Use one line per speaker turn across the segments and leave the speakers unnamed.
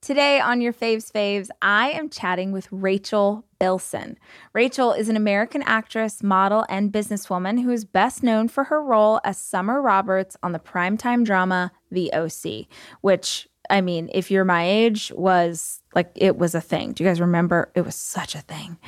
Today on your Faves Faves, I am chatting with Rachel Bilson. Rachel is an American actress, model, and businesswoman who is best known for her role as Summer Roberts on the primetime drama The OC, which I mean, if you're my age, was like it was a thing. Do you guys remember? It was such a thing.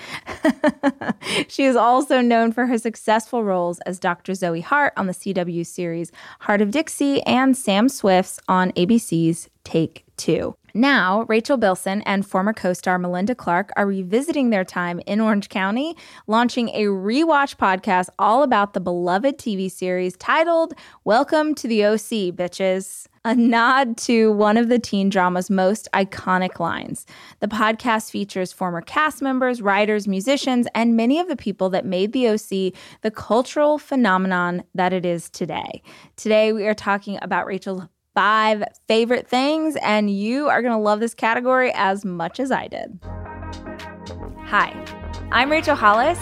she is also known for her successful roles as Dr. Zoe Hart on the CW series Heart of Dixie and Sam Swift's on ABC's Take Two. Now, Rachel Bilson and former co star Melinda Clark are revisiting their time in Orange County, launching a rewatch podcast all about the beloved TV series titled Welcome to the OC, bitches. A nod to one of the teen drama's most iconic lines. The podcast features former cast members, writers, musicians, and many of the people that made the OC the cultural phenomenon that it is today. Today, we are talking about Rachel five favorite things, and you are going to love this category as much as I did. Hi, I'm Rachel Hollis,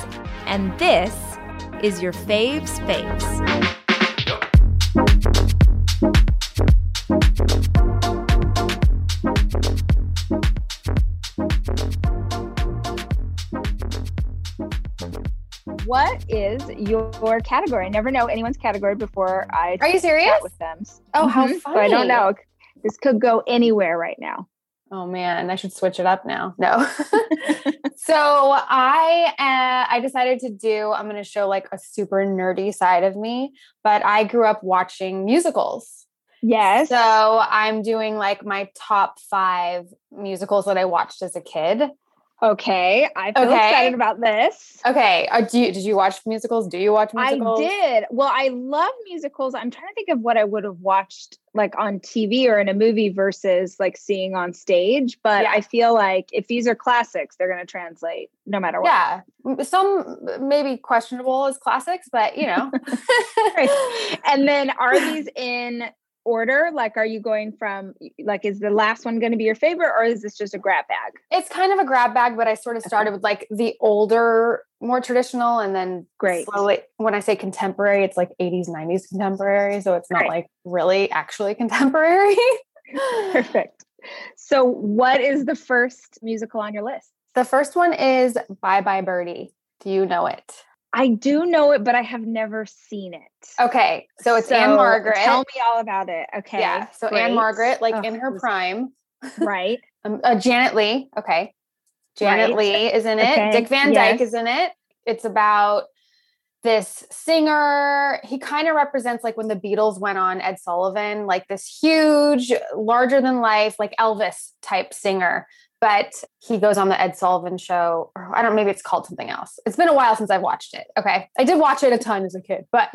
and this is your Faves Faves. What is your category? I never know anyone's category before I
Are you serious?
chat with them.
Oh, how
Mhm.
funny.
So I don't know. This could go anywhere right now.
Oh man, I should switch it up now. No. so I uh, I decided to do I'm going to show like a super nerdy side of me, but I grew up watching musicals.
Yes.
So I'm doing like my top 5 musicals that I watched as a kid.
okay. I feel
Okay.
excited about this.
Okay, uh, do you, did you watch musicals? Do you watch musicals?
I did. Well, I love musicals. I'm trying to think of what I would have watched like on TV or in a movie versus like seeing on stage. But
Yeah.
I feel like if these are classics, they're going to translate no matter what.
Yeah. M- Some maybe questionable as classics, but you know.
And then are these in order? Like, are you going from like, is the last one going to be your favorite or is this just a grab bag?
it's kind of a grab bag, but I sort of started with like the older, more traditional, and then
Great.
slowly. When I say contemporary, it's like 80s, 90s contemporary, so it's not
Right.
like really actually contemporary.
Perfect. So, what is the first musical on your list?
the first one is Bye Bye Birdie. Do you know it?
I do know it, but I have never seen it.
Okay, Oh, so it's Anne Margaret.
Tell me all about it. Okay.
yeah, so
great.
Anne Margaret, like
Ugh,
in
it
her
was-
prime.
Right.
Um, uh, Janet Lee. Okay. Janet
Right.
Lee is in it.
Okay,
Dick Van Dyke
yes.
is in it. It's about this singer. He kind of represents like when the Beatles went on Ed Sullivan, like this huge, larger than life, like Elvis type singer. But he goes on the Ed Sullivan show, or I don't maybe it's called something else. It's been a while since I've watched it. Okay. I did watch it a ton as a kid, but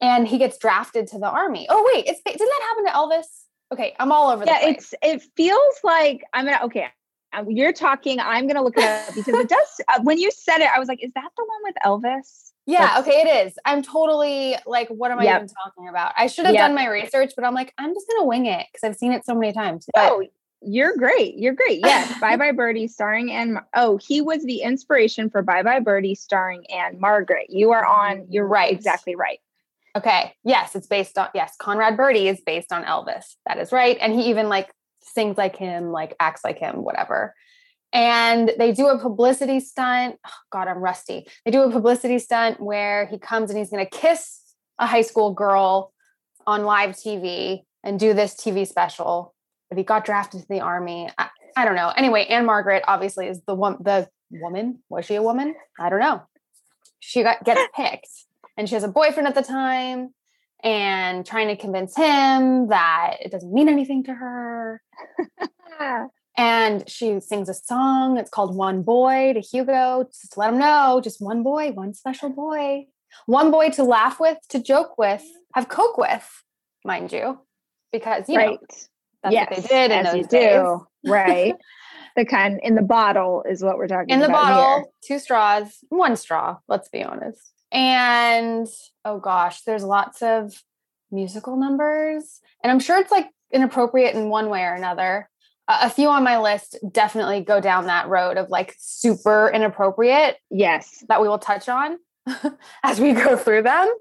and he gets drafted to the army. Oh, wait, it's didn't that happen to Elvis? Okay, I'm all over the
Yeah,
place.
it's it feels like I'm gonna okay. um, You're talking. I'm gonna look it up because it does. Uh, when you said it, I was like, "Is that the one with Elvis?"
Yeah,
That's-
okay, it is. I'm totally like, what am I
Yep.
even talking about? I should have
Yep.
done my research, but I'm like, I'm just gonna wing it because I've seen it so many times. But
oh, you're great. You're great. Yes, Bye Bye Birdie, starring Anne. Mar- oh, he was the inspiration for Bye Bye Birdie, starring Anne Margaret. You are on. You're
Right.
Exactly right.
okay, yes, it's based on yes, Conrad Birdie is based on Elvis. That is right, and he even like sings like him, like acts like him, whatever. And they do a publicity stunt. Oh, God, I'm rusty. They do a publicity stunt where he comes and he's gonna kiss a high school girl on live TV and do this TV special. But he got drafted to the army. I, I don't know. Anyway, Anne Margaret obviously is the one. The woman was she a woman? I don't know. She got gets picked, and she has a boyfriend at the time, and trying to convince him that it doesn't mean anything to her.
Ah,
And she sings a song. It's called One Boy to Hugo, just to let him know, just one boy, one special boy, one boy to laugh with, to joke with, have coke with, mind you, because you know
right.
that's
yes.
what they did in
as
those
you
days.
do. Right. the kind in the bottle is what we're talking
in
about
the
here.
bottle, two straws, one straw, let's be honest. And oh gosh, there's lots of musical numbers. And I'm sure it's like inappropriate in one way or another. A a few on my list definitely go down that road of like super inappropriate
Yes.
that we will touch on as we go through them.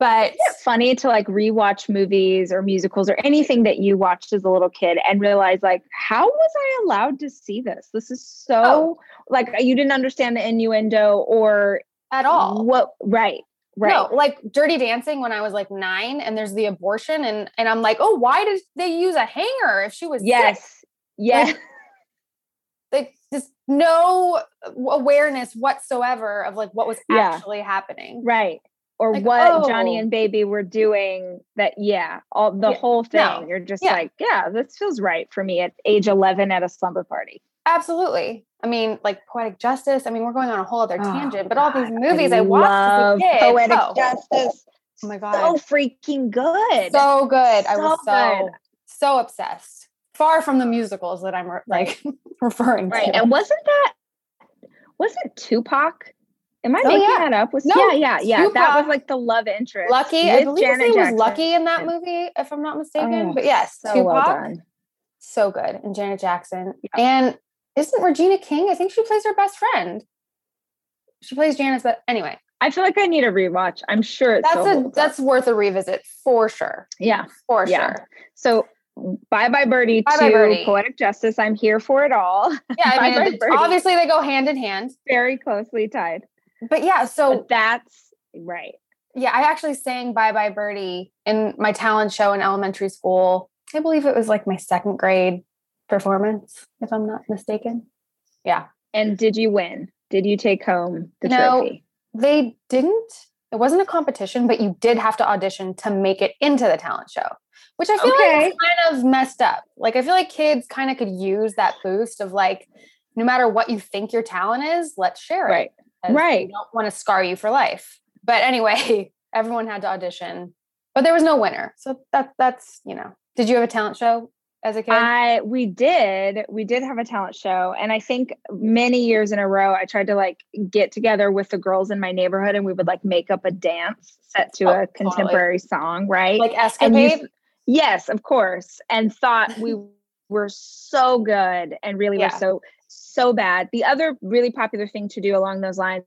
But
It's funny to like rewatch movies or musicals or anything that you watched as a little kid and realize like how was I allowed to see this? This is
Oh.
so like you didn't understand the innuendo or
at all,
what right right
No, like Dirty Dancing when I was like nine, and there's the abortion, and and I'm like, oh, why did they use a hanger if she was sick?
yes yes
Like just no awareness whatsoever of like what was
Yeah.
actually happening.
right or
Like,
what Johnny
oh.
and Baby were doing that yeah all the
Yeah,
whole thing
no,
you're just
yeah.
like yeah this feels right for me at age 11 at a slumber party
Absolutely. I mean, like poetic justice. I mean, we're going on a whole other
Oh,
tangent, but all these
God,
movies I, watched
love
as a kid.
poetic
oh,
justice
oh my
so
god,
freaking good
so good. I was
So
so so obsessed. Far from the musicals that I'm re- like referring
Right.
to.
And wasn't that wasn't Tupac? Am I
Oh,
making
yeah.
that up? Was
No,
yeah, yeah, yeah. That was
Tupac.
like the love interest.
Lucky, I
with
believe his
Janet
name
Jackson.
was Lucky in that
And-
movie, if I'm not mistaken.
Oh,
but yes,
So
Tupac,
well done.
so good, and Janet Jackson, and isn't Regina King? I think she plays her best friend. She plays Janet's, but anyway,
I feel like I need a rewatch. I'm sure it's
that's
so
a
holds up.
that's worth a revisit for sure,
yeah.
for
Yeah.
sure.
So bye bye birdie
Bye
to
Bye Birdie.
poetic justice. I'm here for it all.
Yeah, I
Bye
mean,
Bye
it-
Birdie.
obviously they go hand in hand,
Very closely tied.
but yeah. So
But that's right.
yeah, I actually sang Bye Bye Birdie in my talent show in elementary school. I believe it was like my second grade performance, if I'm not mistaken.
And did you win? Did you take home the
No.
trophy?
They didn't. It wasn't a competition, but you did have to audition to make it into the talent show, which I feel like
Okay.
is kind of messed up. Like I feel like kids kind of could use that boost of like, no matter what you think your talent is, let's share it.
Right.
because
Right.
We don't want to scar you for life. But anyway, everyone had to audition, but there was no winner. So that that's you know. Did you have a talent show as a kid?
I we did we did have a talent show, and I think many years in a row I tried to like get together with the girls in my neighborhood, and we would like make up a dance set to
Oh,
a
totally.
contemporary song, right?
like
and you-
escapade.
yes, of course, and thought we were so good, and really
Yeah.
were so so bad. The other really popular thing to do along those lines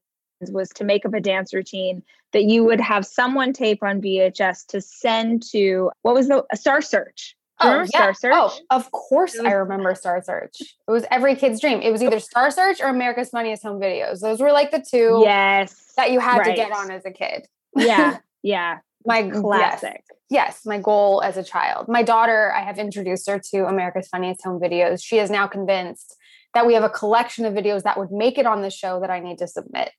was to make up a dance routine that you would have someone tape on VHS to send to what was the a Star Search. Do you
Oh,
remember
yeah.
Star Search?
oh, of course
It
I
was-
remember Star Search. It was every kid's dream. It was either Star Search or America's Funniest Home Videos. Those were like the two
Yes.
that you had to get
right.
on as a kid.
yeah. Yeah.
My yes.
Classic.
yes, my goal as a child. My daughter, I have introduced her to America's Funniest Home Videos. She is now convinced that we have a collection of videos that would make it on the show that I need to submit.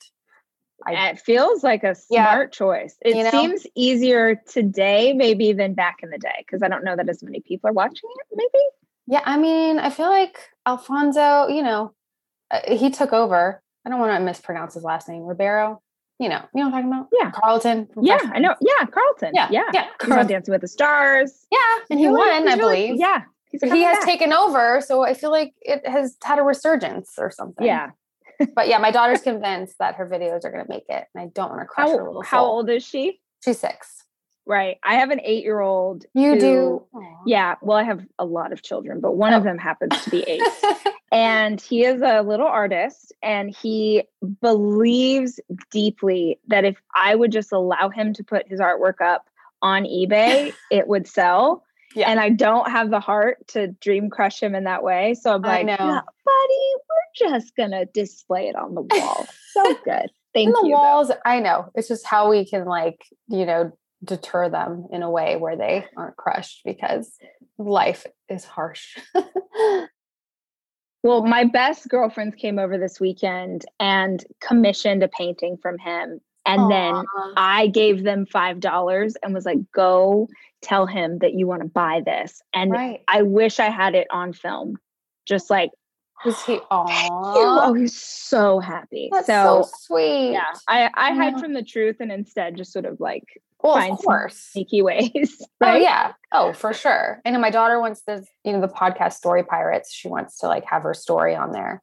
I-
It feels like a
Yeah.
smart choice. It
You know?
seems easier today, maybe, than back in the day, because I don't know that as many people are watching it, maybe.
Yeah, I mean, I feel like Alfonso, you know, uh, he took over. I don't want to mispronounce his last name, Ribeiro. You know, you know what I'm talking about?
Yeah.
Carlton. from
Yeah,
Fresh
I know.
Prince.
Yeah, Carlton.
Yeah,
Yeah.
yeah,
He's on
Carlton.
Dancing with the Stars.
Yeah, and he
Really-
won,
he's
I
really-
believe.
Yeah. He's
He
coming
has
back.
taken over, so I feel like it has had a resurgence or something.
Yeah.
but yeah, my daughter's convinced that her videos are going to make it, and I don't want to crush her
How,
little
how
soul.
old is she?
She's six.
Right. I have an eight year old.
You
who-
do.
Yeah. Well, I have a lot of children, but one of
Oh.
them happens to be eight. and he is a little artist and he believes deeply that if i would just allow him to put his artwork up on ebay it would sell
Yeah.
and i don't have the heart to dream crush him in that way so i'm
I
like
know.
"No, buddy we're just gonna display it on the wall so good thank
In the
you though.
walls, I know. It's just how we can like, you know, deter them in a way where they aren't crushed because life is harsh.
Well, my best girlfriends came over this weekend and commissioned a painting from him. And then
Aw.
I gave them $5 and was like, go tell him that you want to buy this. And
right.
I wish I had it on film. Just like,
Was he
oh,
aw.
he's so happy.
That's so,
so,
sweet.
yeah, I, I hide
Yeah.
from the truth and instead just sort of like
Well,
Find
of
some-
course.
sneaky ways.
Oh
Right?
yeah. Oh, for sure. And my daughter wants this, you know, the podcast Story Pirates. She wants to like have her story on there.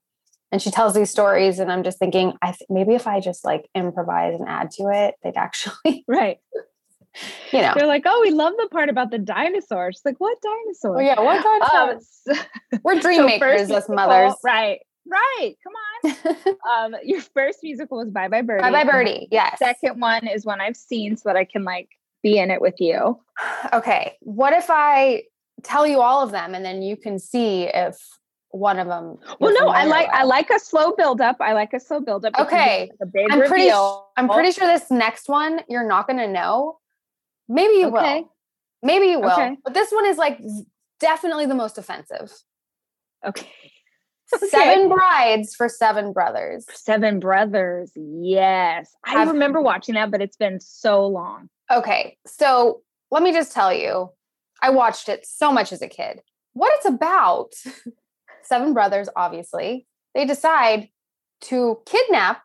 And she tells these stories and I'm just thinking I th- maybe if I just like improvise and add to it, they'd actually,
Right.
you know.
They're like, oh, we love the part about the dinosaur. She's like, what dinosaur?
Well, yeah, what kind
Oh,
of
it's-
we're dream
So
makers
first
as
musical-
mothers.
Right. Right. Come on. um, your first musical was Bye Bye Birdie.
Bye bye birdie. Yes.
Second one is one I've seen so that I can like be in it with you.
Okay. What if I tell you all of them and then you can see if one of them
Well, no, I like I like a slow build up. I like a slow build up.
Okay.
a big
I'm pretty
reveal.
I'm pretty sure this next one you're not going to know. Maybe you
Okay.
will. Maybe you will.
Okay.
But this one is like definitely the most offensive.
Okay.
Seven brides for seven brothers.
Seven Brothers. Yes. I
Have-
remember watching that, but it's been so long.
Okay, so let me just tell you, I watched it so much as a kid. What it's about seven brothers, obviously, they decide to kidnap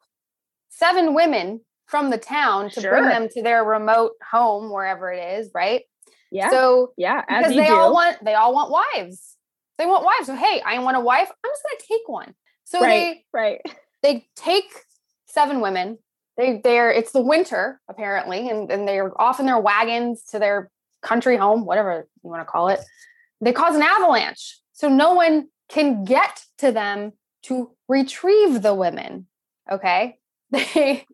seven women from the town to bring
Sure.
them to their remote home, wherever it is, right?
Yeah.
So,
yeah. As
because
you
they
do.
all want they all want wives. They want wives. So, hey, I want a wife. I'm just gonna take one. So
right. right.
they they take seven women. They they're it's the winter apparently, and, and they're off in their wagons to their country home, whatever you want to call it. They cause an avalanche. So no one can get to them to retrieve the women. Okay. They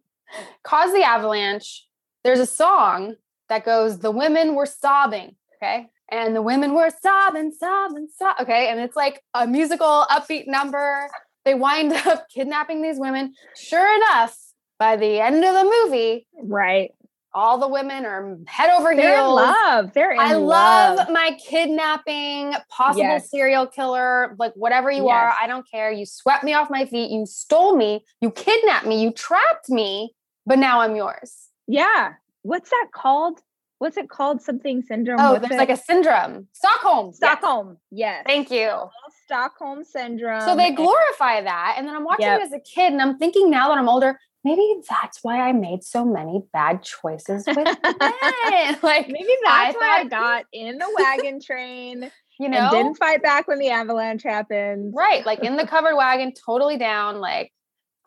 cause the avalanche. There's a song that goes, The women were sobbing. Okay. And the women were sobbing, sobbing, sobbing. Okay. And it's like a musical, upbeat number. They wind up kidnapping these women. Sure enough, by the end of the movie,
Right.
all the women are head over
They're in
heels.
love. They're in
I
love.
love my kidnapping, possible
Yes.
serial killer, like whatever you are.
Yes.
I don't care. You swept me off my feet. You stole me. You kidnapped me. You trapped me. But now I'm yours.
Yeah. What's that called? What's it called? Something syndrome.
Oh,
What's it?
there's like a syndrome. Stockholm. Yeah.
Stockholm. Yes.
Thank you.
Stockholm syndrome.
So they
and-
glorify that. And then I'm watching
Um, Yep.
it as a kid and I'm thinking now that I'm older, maybe that's why I made so many bad choices with men. like,
Maybe that's
I
why I
thought-
got in the wagon train
you know,
and didn't fight back when the avalanche happened.
right. Like in the covered wagon, totally down. Like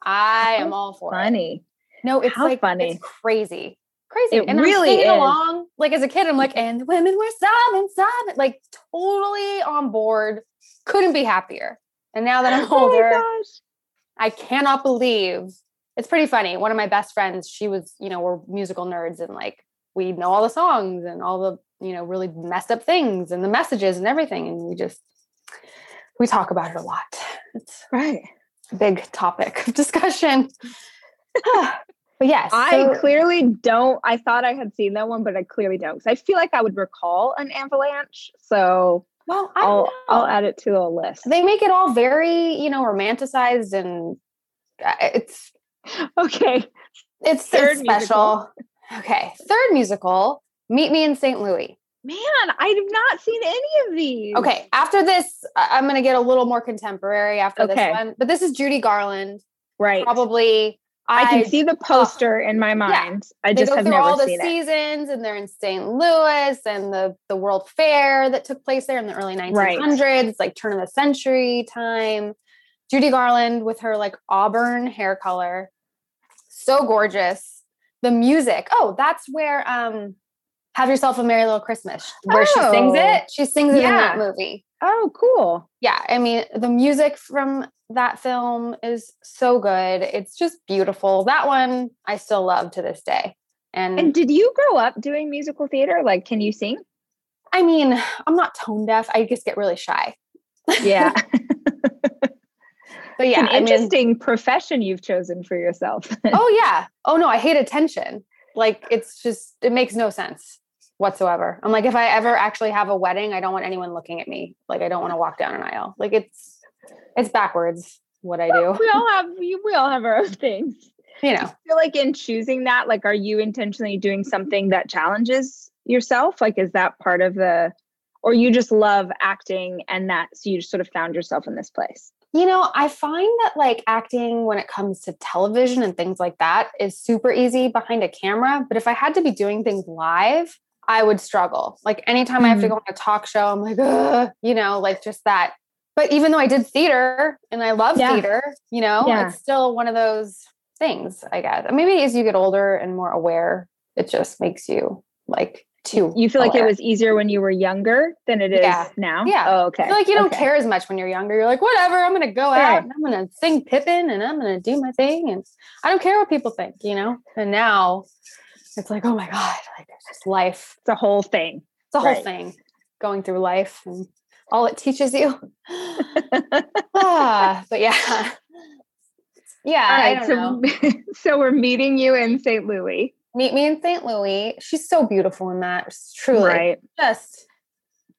I am
How
all for it.
Funny.
No, it's
How
like
funny.
it's crazy, crazy.
It
and
really
I'm singing
is.
along. Like as a kid, I'm like, and the women were sobbing, sobbing, like totally on board. Couldn't be happier. And now that I'm older,
Oh
I cannot believe it's pretty funny. One of my best friends, she was, you know, we're musical nerds and like we know all the songs and all the, you know, really messed up things and the messages and everything. And we just we talk about it a lot. It's
my gosh. Right.
a big topic of discussion. but yes,
I
so-
clearly don't. I thought I had seen that one, but I clearly don't. Because I feel like I would recall an avalanche. So
well, I don't
I'll I'll
know.
add it to the list.
they make it all very, you know, romanticized and uh, it's
Okay.
it's,
Third
it's special. Okay, third musical, Meet Me in St. Louis.
Man, I've not seen any of these.
Okay, after this, I- I'm going to get a little more contemporary after
Okay.
this one. But this is Judy Garland.
Right.
Probably,
I can see the poster in my mind. I
they
just
go
have
through
never
all the
seen it.
seasons, and they're in St. Louis, and the the World Fair that took place there in the early 1900s, like turn of the century time. Judy Garland with her like auburn hair color, so gorgeous. The music. Oh, that's where um, "Have Yourself a Merry Little Christmas," where she
Oh.
sings it. She sings it in that
Yeah.
movie.
Oh, cool.
yeah, I mean, the music from that film is so good. It's just beautiful. That one I still love to this day. And,
And did you grow up doing musical theater? Like, can you sing?
I mean, I'm not tone deaf. I just get really shy.
Yeah.
But yeah,
An
I mean,
interesting profession you've chosen for yourself.
oh yeah. Oh no, I hate attention. Like it's just it makes no sense whatsoever. I'm like if I ever actually have a wedding, I don't want anyone looking at me. Like I don't want to walk down an aisle. Like it's it's backwards what I do.
we all have we, we all have our own things.
You know.
feel like in choosing that, like, are you intentionally doing something that challenges yourself? Like, is that part of the, or you just love acting and that, so you just sort of found yourself in this place?
You know, I find that like acting when it comes to television and things like that is super easy behind a camera. But if I had to be doing things live, I would struggle. Like anytime I have to
Mhm.
go on a talk show, I'm like, Ugh, you know, like just that. But even though I did theater and I love
Yeah.
theater, you know,
Yeah.
it's still one of those things, I guess. Maybe as you get older and more aware, it just makes you like too.
You feel like it
aware.
was easier when you were younger than it is
Yeah.
now?
Yeah.
Oh, okay.
I feel like you don't
Okay.
care as much when you're younger. You're like, whatever, I'm gonna go
Right.
out and I'm gonna sing Pippin and I'm gonna do my thing and I don't care what people think, you know? And now It's like, oh my God, like it's just life.
It's a whole thing.
It's a whole
Right.
thing going through life and all it teaches you. ah, but yeah. Yeah,
All
I
right,
don't
so
know.
so we're meeting you in St. Louis,
Meet me in St. Louis. She's so beautiful in that. Truly.
right?
Just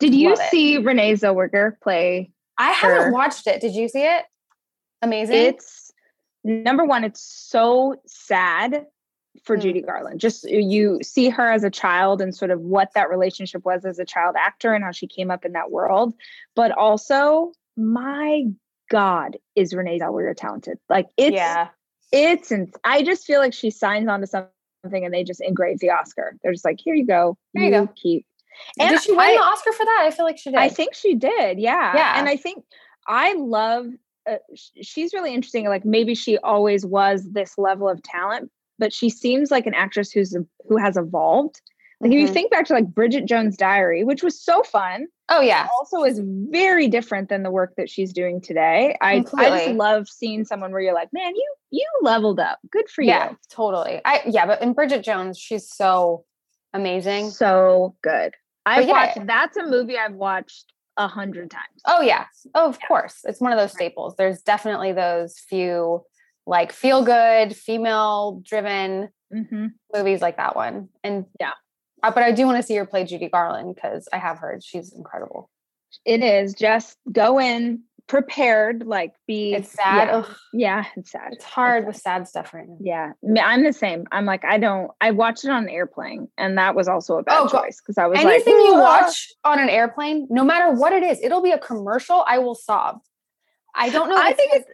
Did you
Love it.
see Renee Zellweger play?
I
Sure.
haven't watched it. Did you see it? Amazing.
It's number one. It's so sad for
Mm.
Judy Garland. Just uh, you see her as a child and sort of what that relationship was as a child actor and how she came up in that world, but also my God, is Renee Zellweger talented? Like it's
yeah.
it's and I just feel like she signs on to something and they just engrave the Oscar. They're just like, here you go,
Here you go.
keep. And
Did she win
I,
the Oscar for that? I feel like she did.
I think she did, yeah,
Yeah.
And I think I love. Uh, sh- she's really interesting. Like maybe she always was this level of talent, but she seems like an actress who's who has evolved. Like if
Mhm.
you think back to like Bridget Jones' Diary, which was so fun,
Oh yeah.
also is very different than the work that she's doing today. I, I just
Completely.
love seeing someone where you're like, man, you you leveled up. Good for
Yeah,
you.
totally. I yeah, but in Bridget Jones, she's so amazing.
So good. I've
yeah.
watched that's a movie I've watched a hundred times.
Oh yeah. Oh, of course. It's one of those staples. There's definitely those few like feel good, female driven
Mm-hmm.
movies like that one. And
Yeah.
Uh, but I do want to see her play Judy Garland because I have heard she's incredible.
It is just go in prepared, like be
It's sad.
Yeah,
Ugh,
yeah it's sad.
it's hard with sad stuff right now.
Yeah, me- I'm the same. I'm like I don't. I watched it on an airplane, and that was also a bad
Oh, God.
choice because I was like,
Anything you
"Ugh."
watch on an airplane, no matter what it is, it'll be a commercial. I will sob. I don't know. if
I think
because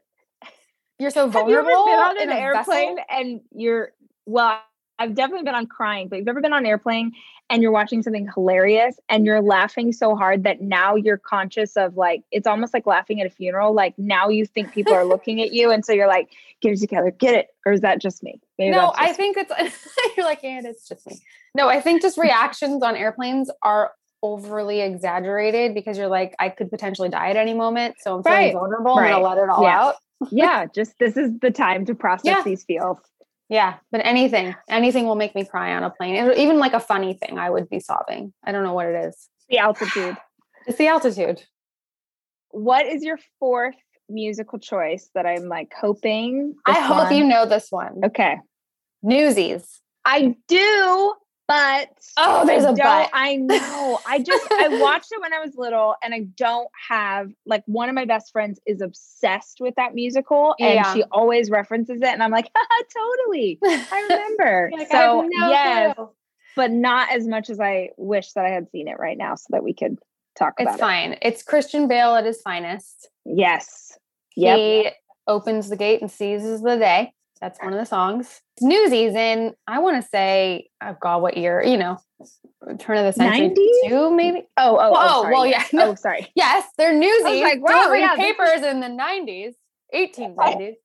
you're so
Have you ever
vulnerable
been on
in
an
a vessel.
airplane and you're well? I've definitely been on crying, but you've ever been on an airplane and you're watching something hilarious and you're laughing so hard that now you're conscious of like it's almost like laughing at a funeral. Like now you think people are looking at you, and so you're like, "Get it together, get it," or is that just me? Maybe
no,
that's
I
just
think it's you're like, and it's just me. No, I think just reactions on airplanes are overly exaggerated because you're like, I could potentially die at any moment, so I'm feeling
Right.
vulnerable. I'm
Right.
gonna let it all
Yeah.
out.
yeah, just this is the time to process
Yeah.
these feels.
Yeah, but anything, anything will make me cry on a plane. And Even like a funny thing, I would be sobbing. I don't know what it is.
The altitude.
It's the altitude.
What is your fourth musical choice that I'm like hoping?
I
this
hope
one-
you know this one.
Okay.
Newsies.
I do, but
Oh, there's
I
a
don't-
but.
I know. I just I watched it when I was little, and I don't have like one of my best friends is obsessed with that musical, and
Yeah.
she always references it, and I'm like, Haha, totally. I remember.
Like, I have
so
no
yes,
clue.
but not as much as I wish that I had seen it right now, so that we could talk
it's
about
fine. It's Christian Bale at his finest.
it. Yes. Yep.
He opens the gate and seizes the day. That's one of the songs. Newsies in, I want to say, oh God, what year? You know, turn of the century.
90s?
Two, maybe?
Oh, oh, oh,
Well, oh,
sorry,
well,
yes.
yeah, no.
Oh, sorry.
Yes, they're newsies.
like,
Like,
wow, yeah, this
papers in the 90s, 1890s.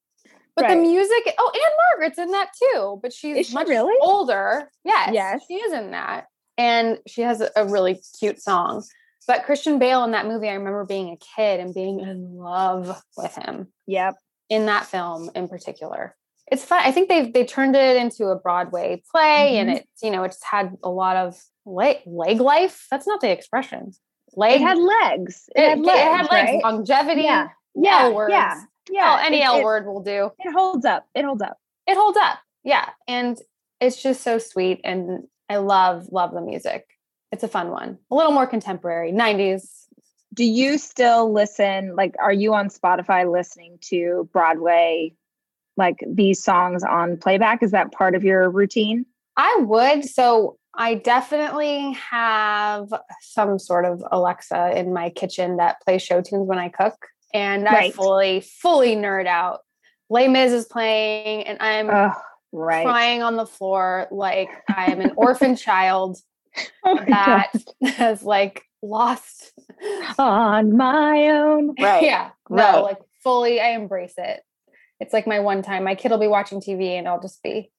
But
Right.
the music, oh, and Margaret's in that too, but she's
Is she
much
really?
older. Yes,
Yes.
she is in that. And she has a- a really cute song. But Christian Bale in that movie, I remember being a kid and being in love with him
Yep.
in that film in particular. It's fun. I think they they turned it into a Broadway play, and
Mhm.
it's you know it's had a lot of leg leg life. That's not the expression.
It
Leg
had legs. It,
it,
had
it
legs. right?
longevity.
Yeah.
Yeah,
Yeah.
L words.
Yeah.
Oh,
Yeah.
any
it-
L
it-
word will do.
It holds up. It holds up.
It holds up. Yeah. And it's just so sweet. And I love, love the music. It's a fun one. A little more contemporary, 90s.
Do you still listen? Like, are you on Spotify listening to Broadway, like these songs on playback? Is that part of your routine?
I would. So I definitely have some sort of Alexa in my kitchen that plays show tunes when I cook. And I
Right.
fully, fully nerd out. Les Mis is playing, and I'm
Oh, right.
crying on the floor like I am an orphan child.
Oh my
that has like lost
God. On my own.
yeah
Right.
no like fully i embrace it it's like my one time my kid will be watching tv and i'll just be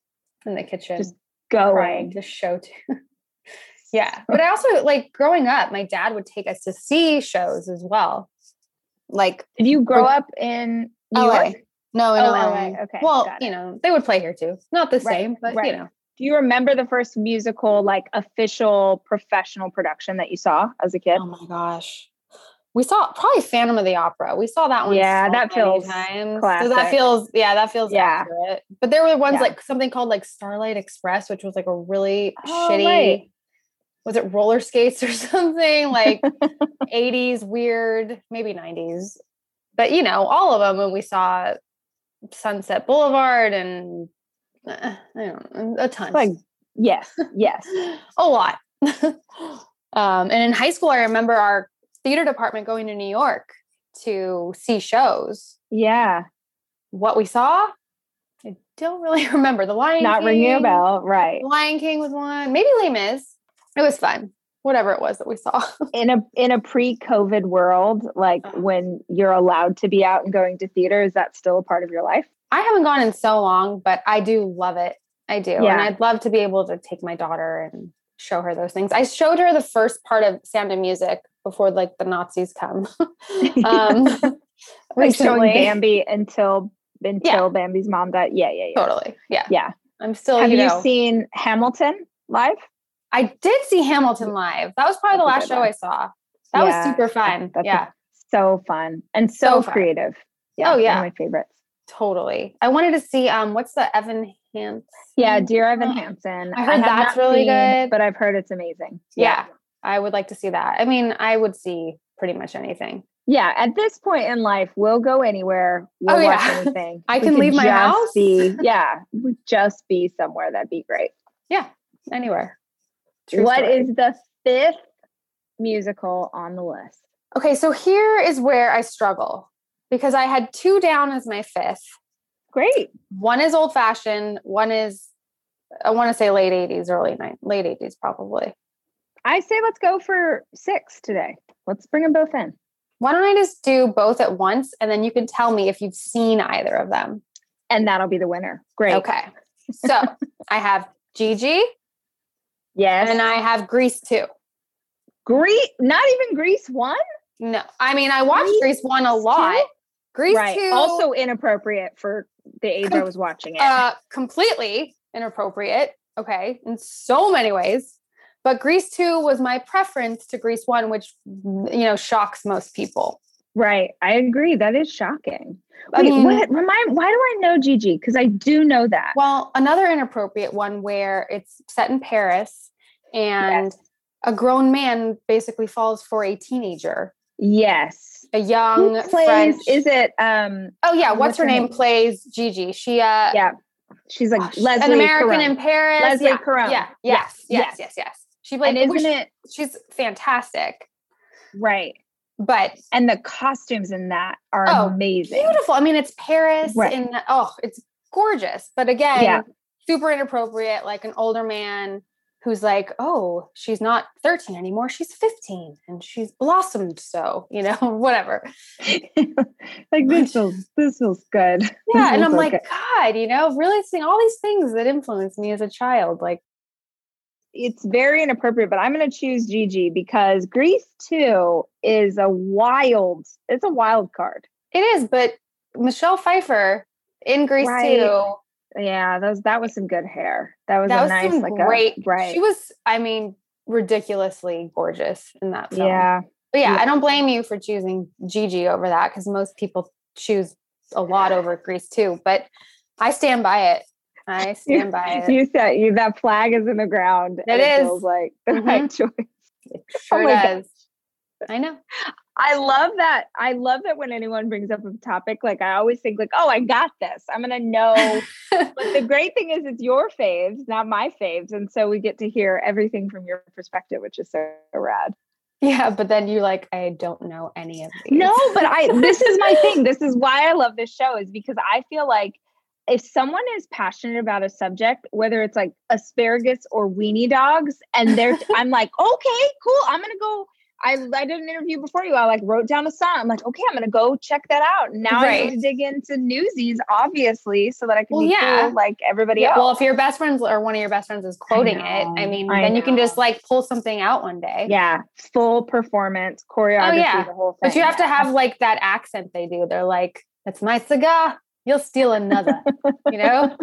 in the kitchen
Just
crying
Going.
to show too yeah but i also like growing up my dad would take us to see shows as well like
Did you grow up in New
LA.
York?
no
Oh,
in
LA,
LA.
okay,
well
got it.
you know they would play here too not the
Right,
same but
right.
you know
Do you remember the first musical, like official professional production that you saw as a kid?
Oh my gosh. We saw probably Phantom of the Opera. We saw that one.
Yeah, that feels
times. So
classic.
that feels yeah, that feels
Yeah.
accurate. But there were ones
Yeah.
like something called like Starlight Express, which was like a really
Oh,
shitty
right.
was it roller skates or something? Like 80s weird, maybe 90s. But you know, all of them when we saw Sunset Boulevard and uh, I don't know, a ton.
Like yes, yes.
a lot. um, and in high school, I remember our theater department going to New York to see shows.
Yeah.
What we saw, I don't really remember. The Lion
Not
King,
ringing a bell. Right.
The Lion King was one. Maybe Les Mis. It was fun. Whatever it was that we saw.
in a in a pre-COVID world, like
Uh-huh.
when you're allowed to be out and going to theater, is that still a part of your life?
I haven't gone in so long, but I do love it. I do. And
Yeah.
I'd love to be able to take my daughter and show her those things. I showed her the first part of Sound of Music before like the Nazis come. um
Like showing
recently.
Uh, Bambi until until
Yeah.
Bambi's mom died. Yeah, yeah, yeah.
Totally. Yeah.
Yeah.
I'm still,
Have
you
you,
know,
seen Hamilton live?
I did see Hamilton live. That was probably the
That's
last
a good
show
one.
I saw. That
Yeah.
was super fun.
That's a-
yeah.
So fun and so,
So fun.
creative.
Oh,
one of
yeah.
my favorites.
totally. I wanted to see um what's the Evan Hansen?
Yeah, Dear Evan
Oh,
Hansen.
I heard
have
that's
not
really
seen,
good.
but I've heard it's amazing.
Yeah. I would like to see that. I mean, I would see pretty much anything.
Yeah, at this point in life, we'll go anywhere. We'll
Oh,
watch
yeah.
anything.
I can
could
leave my
just
house.
Be, yeah, we just be somewhere. That'd be great.
Anywhere.
What
True
is
story.
the fifth musical on the list?
Okay, so here is where I struggle because I had two down as my fifth.
Great.
One is old fashioned, one is I want to say late 80s, early 90s, late 80s probably.
I say let's go for six today. Let's bring them both in.
Why don't I just do both at once and then you can tell me if you've seen either of them?
And that'll be the winner. Great.
Okay. So I have Gigi
Yes.
and uh, I have Grease 2.
Greece, not even Greece one.
No, I mean, I watched
Grease
Grease 1 a
2?
lot. Grease 2
Also inappropriate for the age I
Com-
was watching it.
uh, completely inappropriate. Okay, in so many ways. But Grease 2 was my preference to Grease 1, which you know shocks most people.
right. I agree. That is shocking.
I
Wait,
mean-
what? Remind. Why do I know Gigi? Because I do know that.
Well, another inappropriate one where it's set in Paris and a grown man basically falls for a teenager,
Yes.
a
Who
young
plays?
French.
Is it? Um.
oh yeah, what's, her name? Plays Gigi. She uh,
Yeah. She's like
gosh,
Leslie.
an American
Caron.
in Paris.
Leslie
yeah,
Caron.
Yeah.
Yes,
Yes. Yes. Yes. Yes. She played.
and
which-
isn't it
She's fantastic.
right?
But
And the costumes in that are
Oh,
amazing.
beautiful. I mean, it's Paris
Right.
and oh, it's gorgeous. But again,
Yeah.
super inappropriate, like an older man who's like, oh, she's not 13 anymore. She's 15 and she's blossomed. So, you know, whatever.
like this feels this feels good. This
Yeah.
feels
And I'm
so
like,
good.
God, you know, really seeing all these things that influenced me as a child. Like,
it's very inappropriate, but I'm going to choose Gigi because Greece too is a wild. It's a wild card.
it is, but Michelle Pfeiffer in Greece
Right.
too.
Yeah, those that was some good hair. That was
That
a
was
nice,
some
like
great.
a right.
She was, I mean, ridiculously gorgeous in that film.
yeah,
But yeah,
Yeah.
I don't blame you for choosing Gigi over that because most people choose a lot over Greece too. But I stand by it. I stand by it.
you said you that flag is in the ground. and
It is.
feels like the right choice.
It
Oh
sure
my
does. I know.
I love that. I love that when anyone brings up a topic, like I always think, like, oh, I got this. I'm gonna know. but the great thing is, it's your faves, not my faves, and so we get to hear everything from your perspective, which is so rad.
Yeah, but then you're like, I don't know any of these.
No, but I. This is my thing. This is why I love this show is because I feel like if someone is passionate about a subject, whether it's like asparagus or weenie dogs, and they're, I'm like, okay, cool. I'm gonna go. I, I did an interview before you. I like wrote down a song. I'm like, okay, I'm gonna go check that out. Now I
Right.
need to dig into Newsies, obviously, so that I can
Well,
be
yeah.
cool like everybody
Yeah,
else.
well, if your best friends or one of your best friends is quoting it, I
know,
mean,
I
then you can
know.
just like pull something out one day.
yeah, full performance, choreography,
Oh, yeah.
the whole thing.
But you have to have like that accent they do. They're like, "That's my cigar. You'll steal another." you know,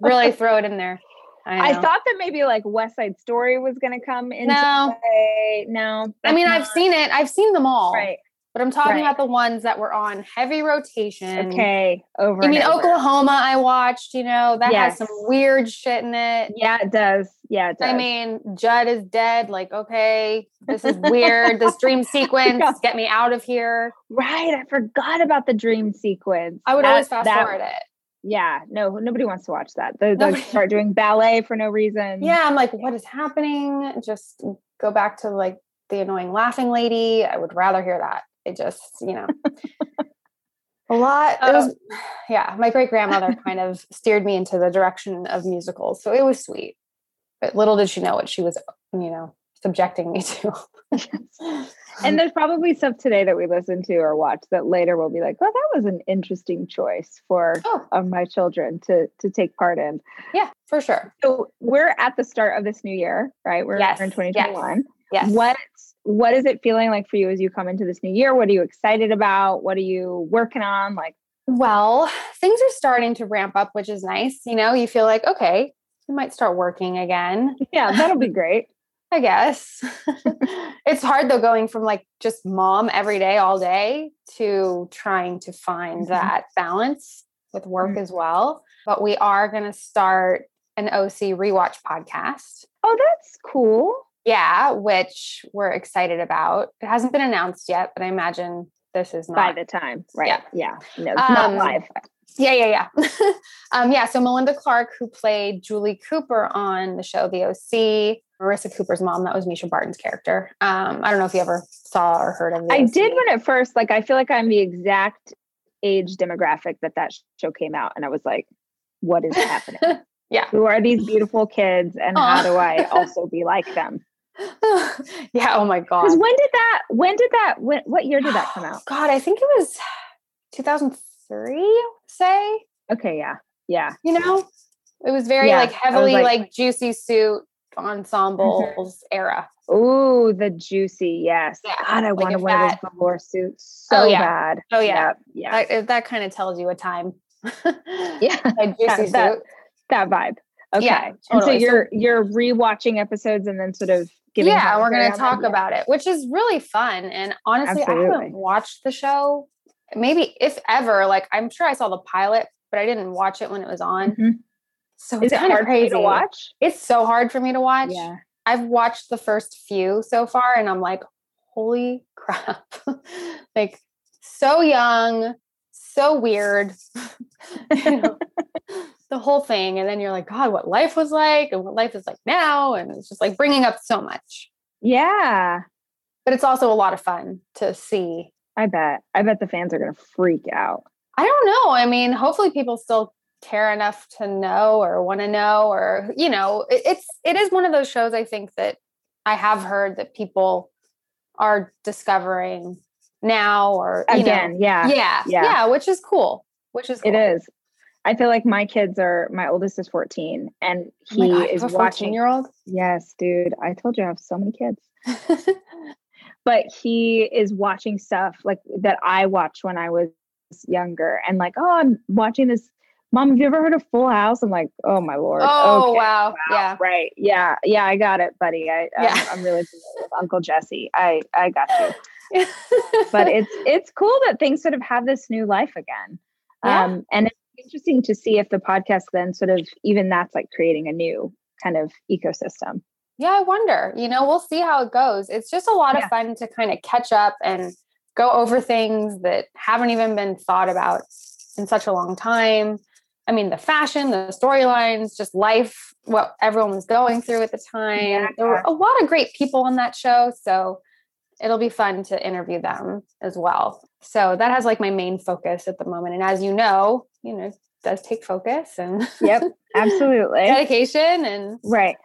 really throw it in there.
I, I, thought that maybe like West Side Story was going to come into no. play. No,
I mean I've seen it. I've seen them all.
Right.
But I'm talking
Right.
about the ones that were on heavy rotation.
Okay, over.
I mean,
and over.
Oklahoma, I watched, you know, that
Yes.
has some weird shit in it.
Yeah, it does. Yeah, it does.
I mean, Judd is dead. Like, okay, this is weird. this dream sequence,
Yeah.
get me out of here.
right. I forgot about the dream sequence.
I would
That-
always fast
that-
forward it.
Yeah, no, nobody wants to watch that. They, they
Nobody-
start doing ballet for no reason.
Yeah, I'm like, what is happening? Just go back to like the annoying laughing lady. I would rather hear that. It just, you know, a lot. It was, yeah, my great grandmother kind of steered me into the direction of musicals. So it was sweet. But little did she know what she was, you know, subjecting me to.
And there's probably stuff today that we listen to or watch that later we'll be like, "Oh, that was an interesting choice for
Oh.
of my children to to take part in."
yeah, for sure.
So we're at the start of this new year, right? We're
Yes,
we're in
yes.
2021.
Yes.
What what is it feeling like for you as you come into this new year? What are you excited about? What are you working on? Like,
Well, things are starting to ramp up, which is nice. You know, you feel like, okay, you might start working again.
yeah, that'll be great.
I guess. it's hard though going from like just mom every day all day to trying to find
Mhm.
that balance with work
Mhm.
as well. But we are going to start an OC rewatch podcast.
Oh, that's cool.
Yeah, which we're excited about. It hasn't been announced yet, but I imagine this is
By
not
the time, right?
Yeah.
Yeah, no, it's not
Um,
live.
Yeah, yeah, yeah. um, yeah, so Melinda Clark, who played Julie Cooper on the show The OC, Marissa Cooper's mom, that was Misha Barton's character. Um, I don't know if you ever saw or heard of it.
I did when it first, like, I feel like I'm the exact age demographic that that sh- show came out. And I was like, what is happening?
Yeah.
Who are these beautiful kids? And how
Aw.
do I also be like them?
yeah, oh my God.
Because when did that, when did that, when, what year did that come out?
God, I think it was 2003, say,
Okay. Yeah. Yeah.
you know? It was very
Yeah,
like
I was
heavily
like- Mm-hmm.
like, juicy suit ensembles era.
Ooh, the juicy. Yes.
Yeah,
God, I
like
want to
if
wear
that-
those velour suits so
Oh, yeah.
bad.
Oh, yeah.
Yeah.
That, if that kind of tells you a time. yeah.
yeah.
juicy
that- that-
suit.
that vibe. Okay.
Yeah,
And so
totally. So-
you're you're rewatching episodes and then sort of giving
yeah we're going
commentary on
to
them?
talk
Yeah.
about it which is really fun and honestly i
Absolutely.
haven't watched the show maybe if ever like i'm sure i saw the pilot but i didn't watch it when it was on
Mhm.
so
Is
it's
it
kind of
hard for you
crazy
to watch?
it's so hard for me to watch
Yeah.
i've watched the first few so far and i'm like holy crap like so young so weird you know, the whole thing and then you're like god what life was like and what life is like now and it's just like bringing up so much
Yeah.
but it's also a lot of fun to see.
I bet. I bet the fans are gonna freak out.
I don't know. I mean, hopefully people still care enough to know or want to know, or you know, it, it's it is one of those shows. I think that I have heard that people are discovering now, or you know.
Again, yeah,
yeah,
yeah.
yeah, which is cool. Which is cool.
It is. I feel like my kids are my oldest is 14 and
Oh
he is watching
year old.
Yes, dude. I told you I have so many kids. but he is watching stuff like that I watched when I was younger and like, oh, I'm watching this. Mom, have you ever heard of Full House? I'm like, oh my lord.
oh
okay,
wow. yeah.
Right. Yeah. Yeah. I got it, buddy. I,
Yeah.
I'm, I'm really familiar with Uncle Jesse. I, I got you. But it's it's cool that things sort of have this new life again.
Yeah.
Um, and it's interesting to see if the podcast then sort of even that's like creating a new kind of ecosystem.
Yeah, I wonder. You know, we'll see how it goes. It's just a lot
Yeah.
of fun to kind of catch up and go over things that haven't even been thought about in such a long time. I mean, the fashion, the storylines, just life, what everyone was going through at the time. There were a lot of great people on that show. So it'll be fun to interview them as well. So that has like my main focus at the moment. And as you know, you know, it does take focus and
Yep. Absolutely.
dedication and
Right.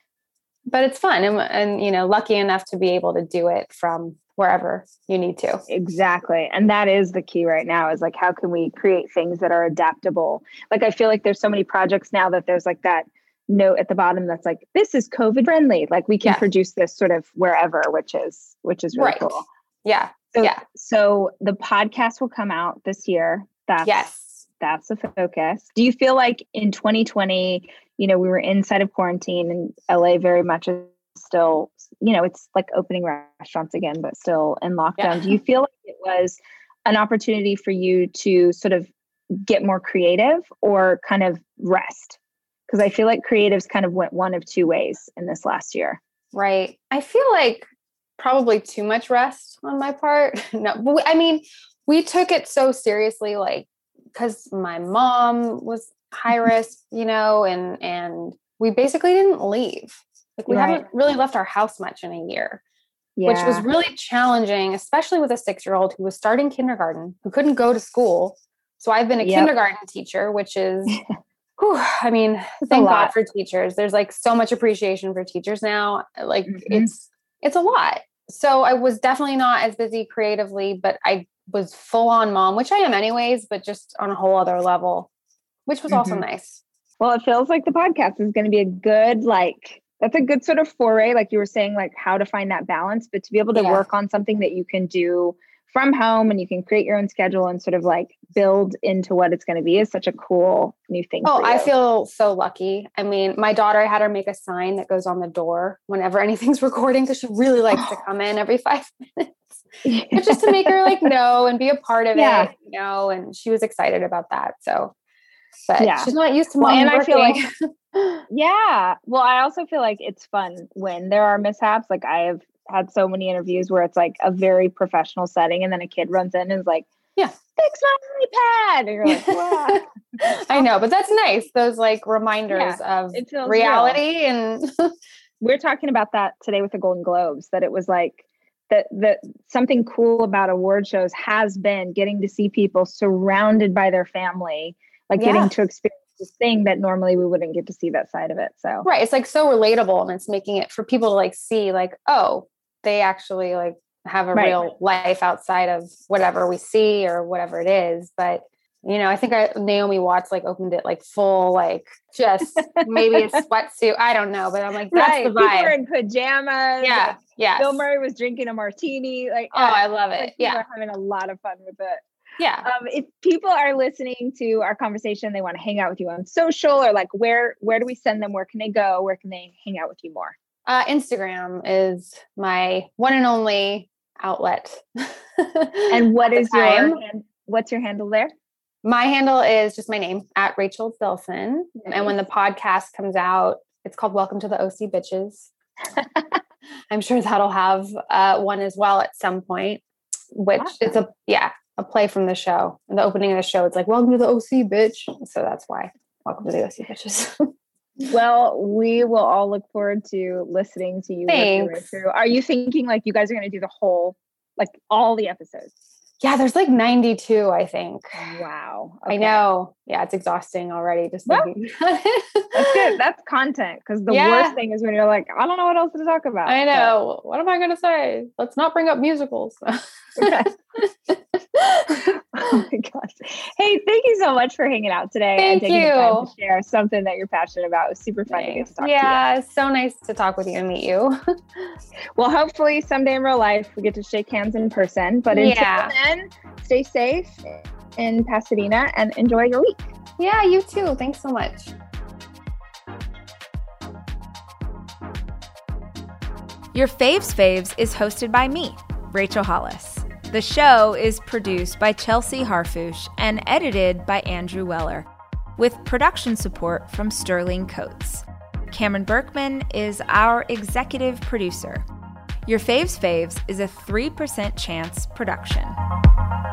but it's fun and, and you know lucky enough to be able to do it from wherever you need to
Exactly. And that is the key right now is like, how can we create things that are adaptable? Like, I feel like there's so many projects now that there's like that note at the bottom that's like, this is COVID friendly. Like, we can
Yeah.
produce this sort of wherever, which is, which is really
Right.
cool.
yeah
So,
Yeah.
so the podcast will come out this year. That's,
yes
that's the focus. Do you feel like in 2020, you know, we were inside of quarantine and LA very much is still, you know, it's like opening restaurants again, but still in lockdown. Yeah. Do you feel like it was an opportunity for you to sort of get more creative or kind of rest? Because I feel like creatives kind of went one of two ways in this last year.
Right. I feel like probably too much rest on my part. no, but we, I mean, we took it so seriously, like because my mom was high risk, you know, and and we basically didn't leave. Like we right. haven't really left our house much in a year, yeah. which was really challenging, especially with a six year old who was starting kindergarten, who couldn't go to school. So I've been a yep. kindergarten teacher, which is. whew, I mean, it's thank God for teachers. There's like so much appreciation for teachers now. Like mm-hmm. it's it's a lot. So I was definitely not as busy creatively, but I was full on mom, which I am anyways, but just on a whole other level, which was mm-hmm. also nice.
Well, it feels like the podcast is going to be a good, like, that's a good sort of foray, like you were saying, like how to find that balance, but to be able to yeah. work on something that you can do from home and you can create your own schedule and sort of like build into what it's going to be is such a cool new thing.
Oh, I feel so lucky. I mean, my daughter, I had her make a sign that goes on the door whenever anything's recording because she really likes oh. to come in every five minutes. Yeah. but just to make her like know and be a part of yeah. it, you know, and she was excited about that. So but yeah. she's not used to mom well, and working.
I feel like Yeah. Well, I also feel like it's fun when there are mishaps. Like I have had so many interviews where it's like a very professional setting and then a kid runs in and is like,
Yeah,
fix my iPad. And you're like, wow.
I know, but that's nice. Those like reminders yeah, of reality real. and
we're talking about that today with the Golden Globes, that it was like that that something cool about award shows has been getting to see people surrounded by their family, like yeah. getting to experience this thing that normally we wouldn't get to see that side of it. So
right, it's like so relatable, and it's making it for people to like see like oh they actually like have a right. real life outside of whatever we see or whatever it is, but. You know, I think I, Naomi Watts like opened it like full, like just maybe a sweatsuit. I don't know, but I'm like, that's right. the vibe.
People in pajamas.
Yeah, yeah.
Bill Murray was drinking a martini. Like,
oh, I love it. Like, yeah,
are having a lot of fun with it.
Yeah.
Um, if people are listening to our conversation, they want to hang out with you on social, or like, where where do we send them? Where can they go? Where can they hang out with you more?
Uh, Instagram is my one and only outlet.
and what is your what's your handle there?
my handle is just my name at Rachel Bilson. Nice. And when the podcast comes out, it's called Welcome to the OC Bitches. I'm sure that'll have uh, one as well at some point, which awesome. it's a yeah a play from the show. And the opening of the show, it's like Welcome to the OC Bitch. So that's why Welcome to the OC Bitches.
well, we will all look forward to listening to you.
Thanks.
Through. Are you thinking like you guys are going to do the whole, like all the episodes?
Yeah, there's like 92, I think.
Wow.
Okay. I know. Yeah, it's exhausting already just well, thinking
That's good. That's content. Because the yeah. worst thing is when you're like, I don't know what else to talk about.
I know. So. What am I going to say? Let's not bring up musicals.
okay. oh my gosh. Hey, thank you so much for hanging out today
thank and
taking you. the time to share something that you're passionate about. It was super fun Thanks. to get to
Yeah, to so nice to talk with you and meet you.
well, hopefully someday in real life we get to shake hands in person. But until yeah. then, stay safe in Pasadena and enjoy your week.
Yeah, you too. Thanks so much.
Your Faves Faves is hosted by me, Rachel Hollis. The show is produced by Chelsea Harfouche and edited by Andrew Weller, with production support from Sterling Coates. Cameron Berkman is our executive producer. Your Faves Faves is a 3% chance production.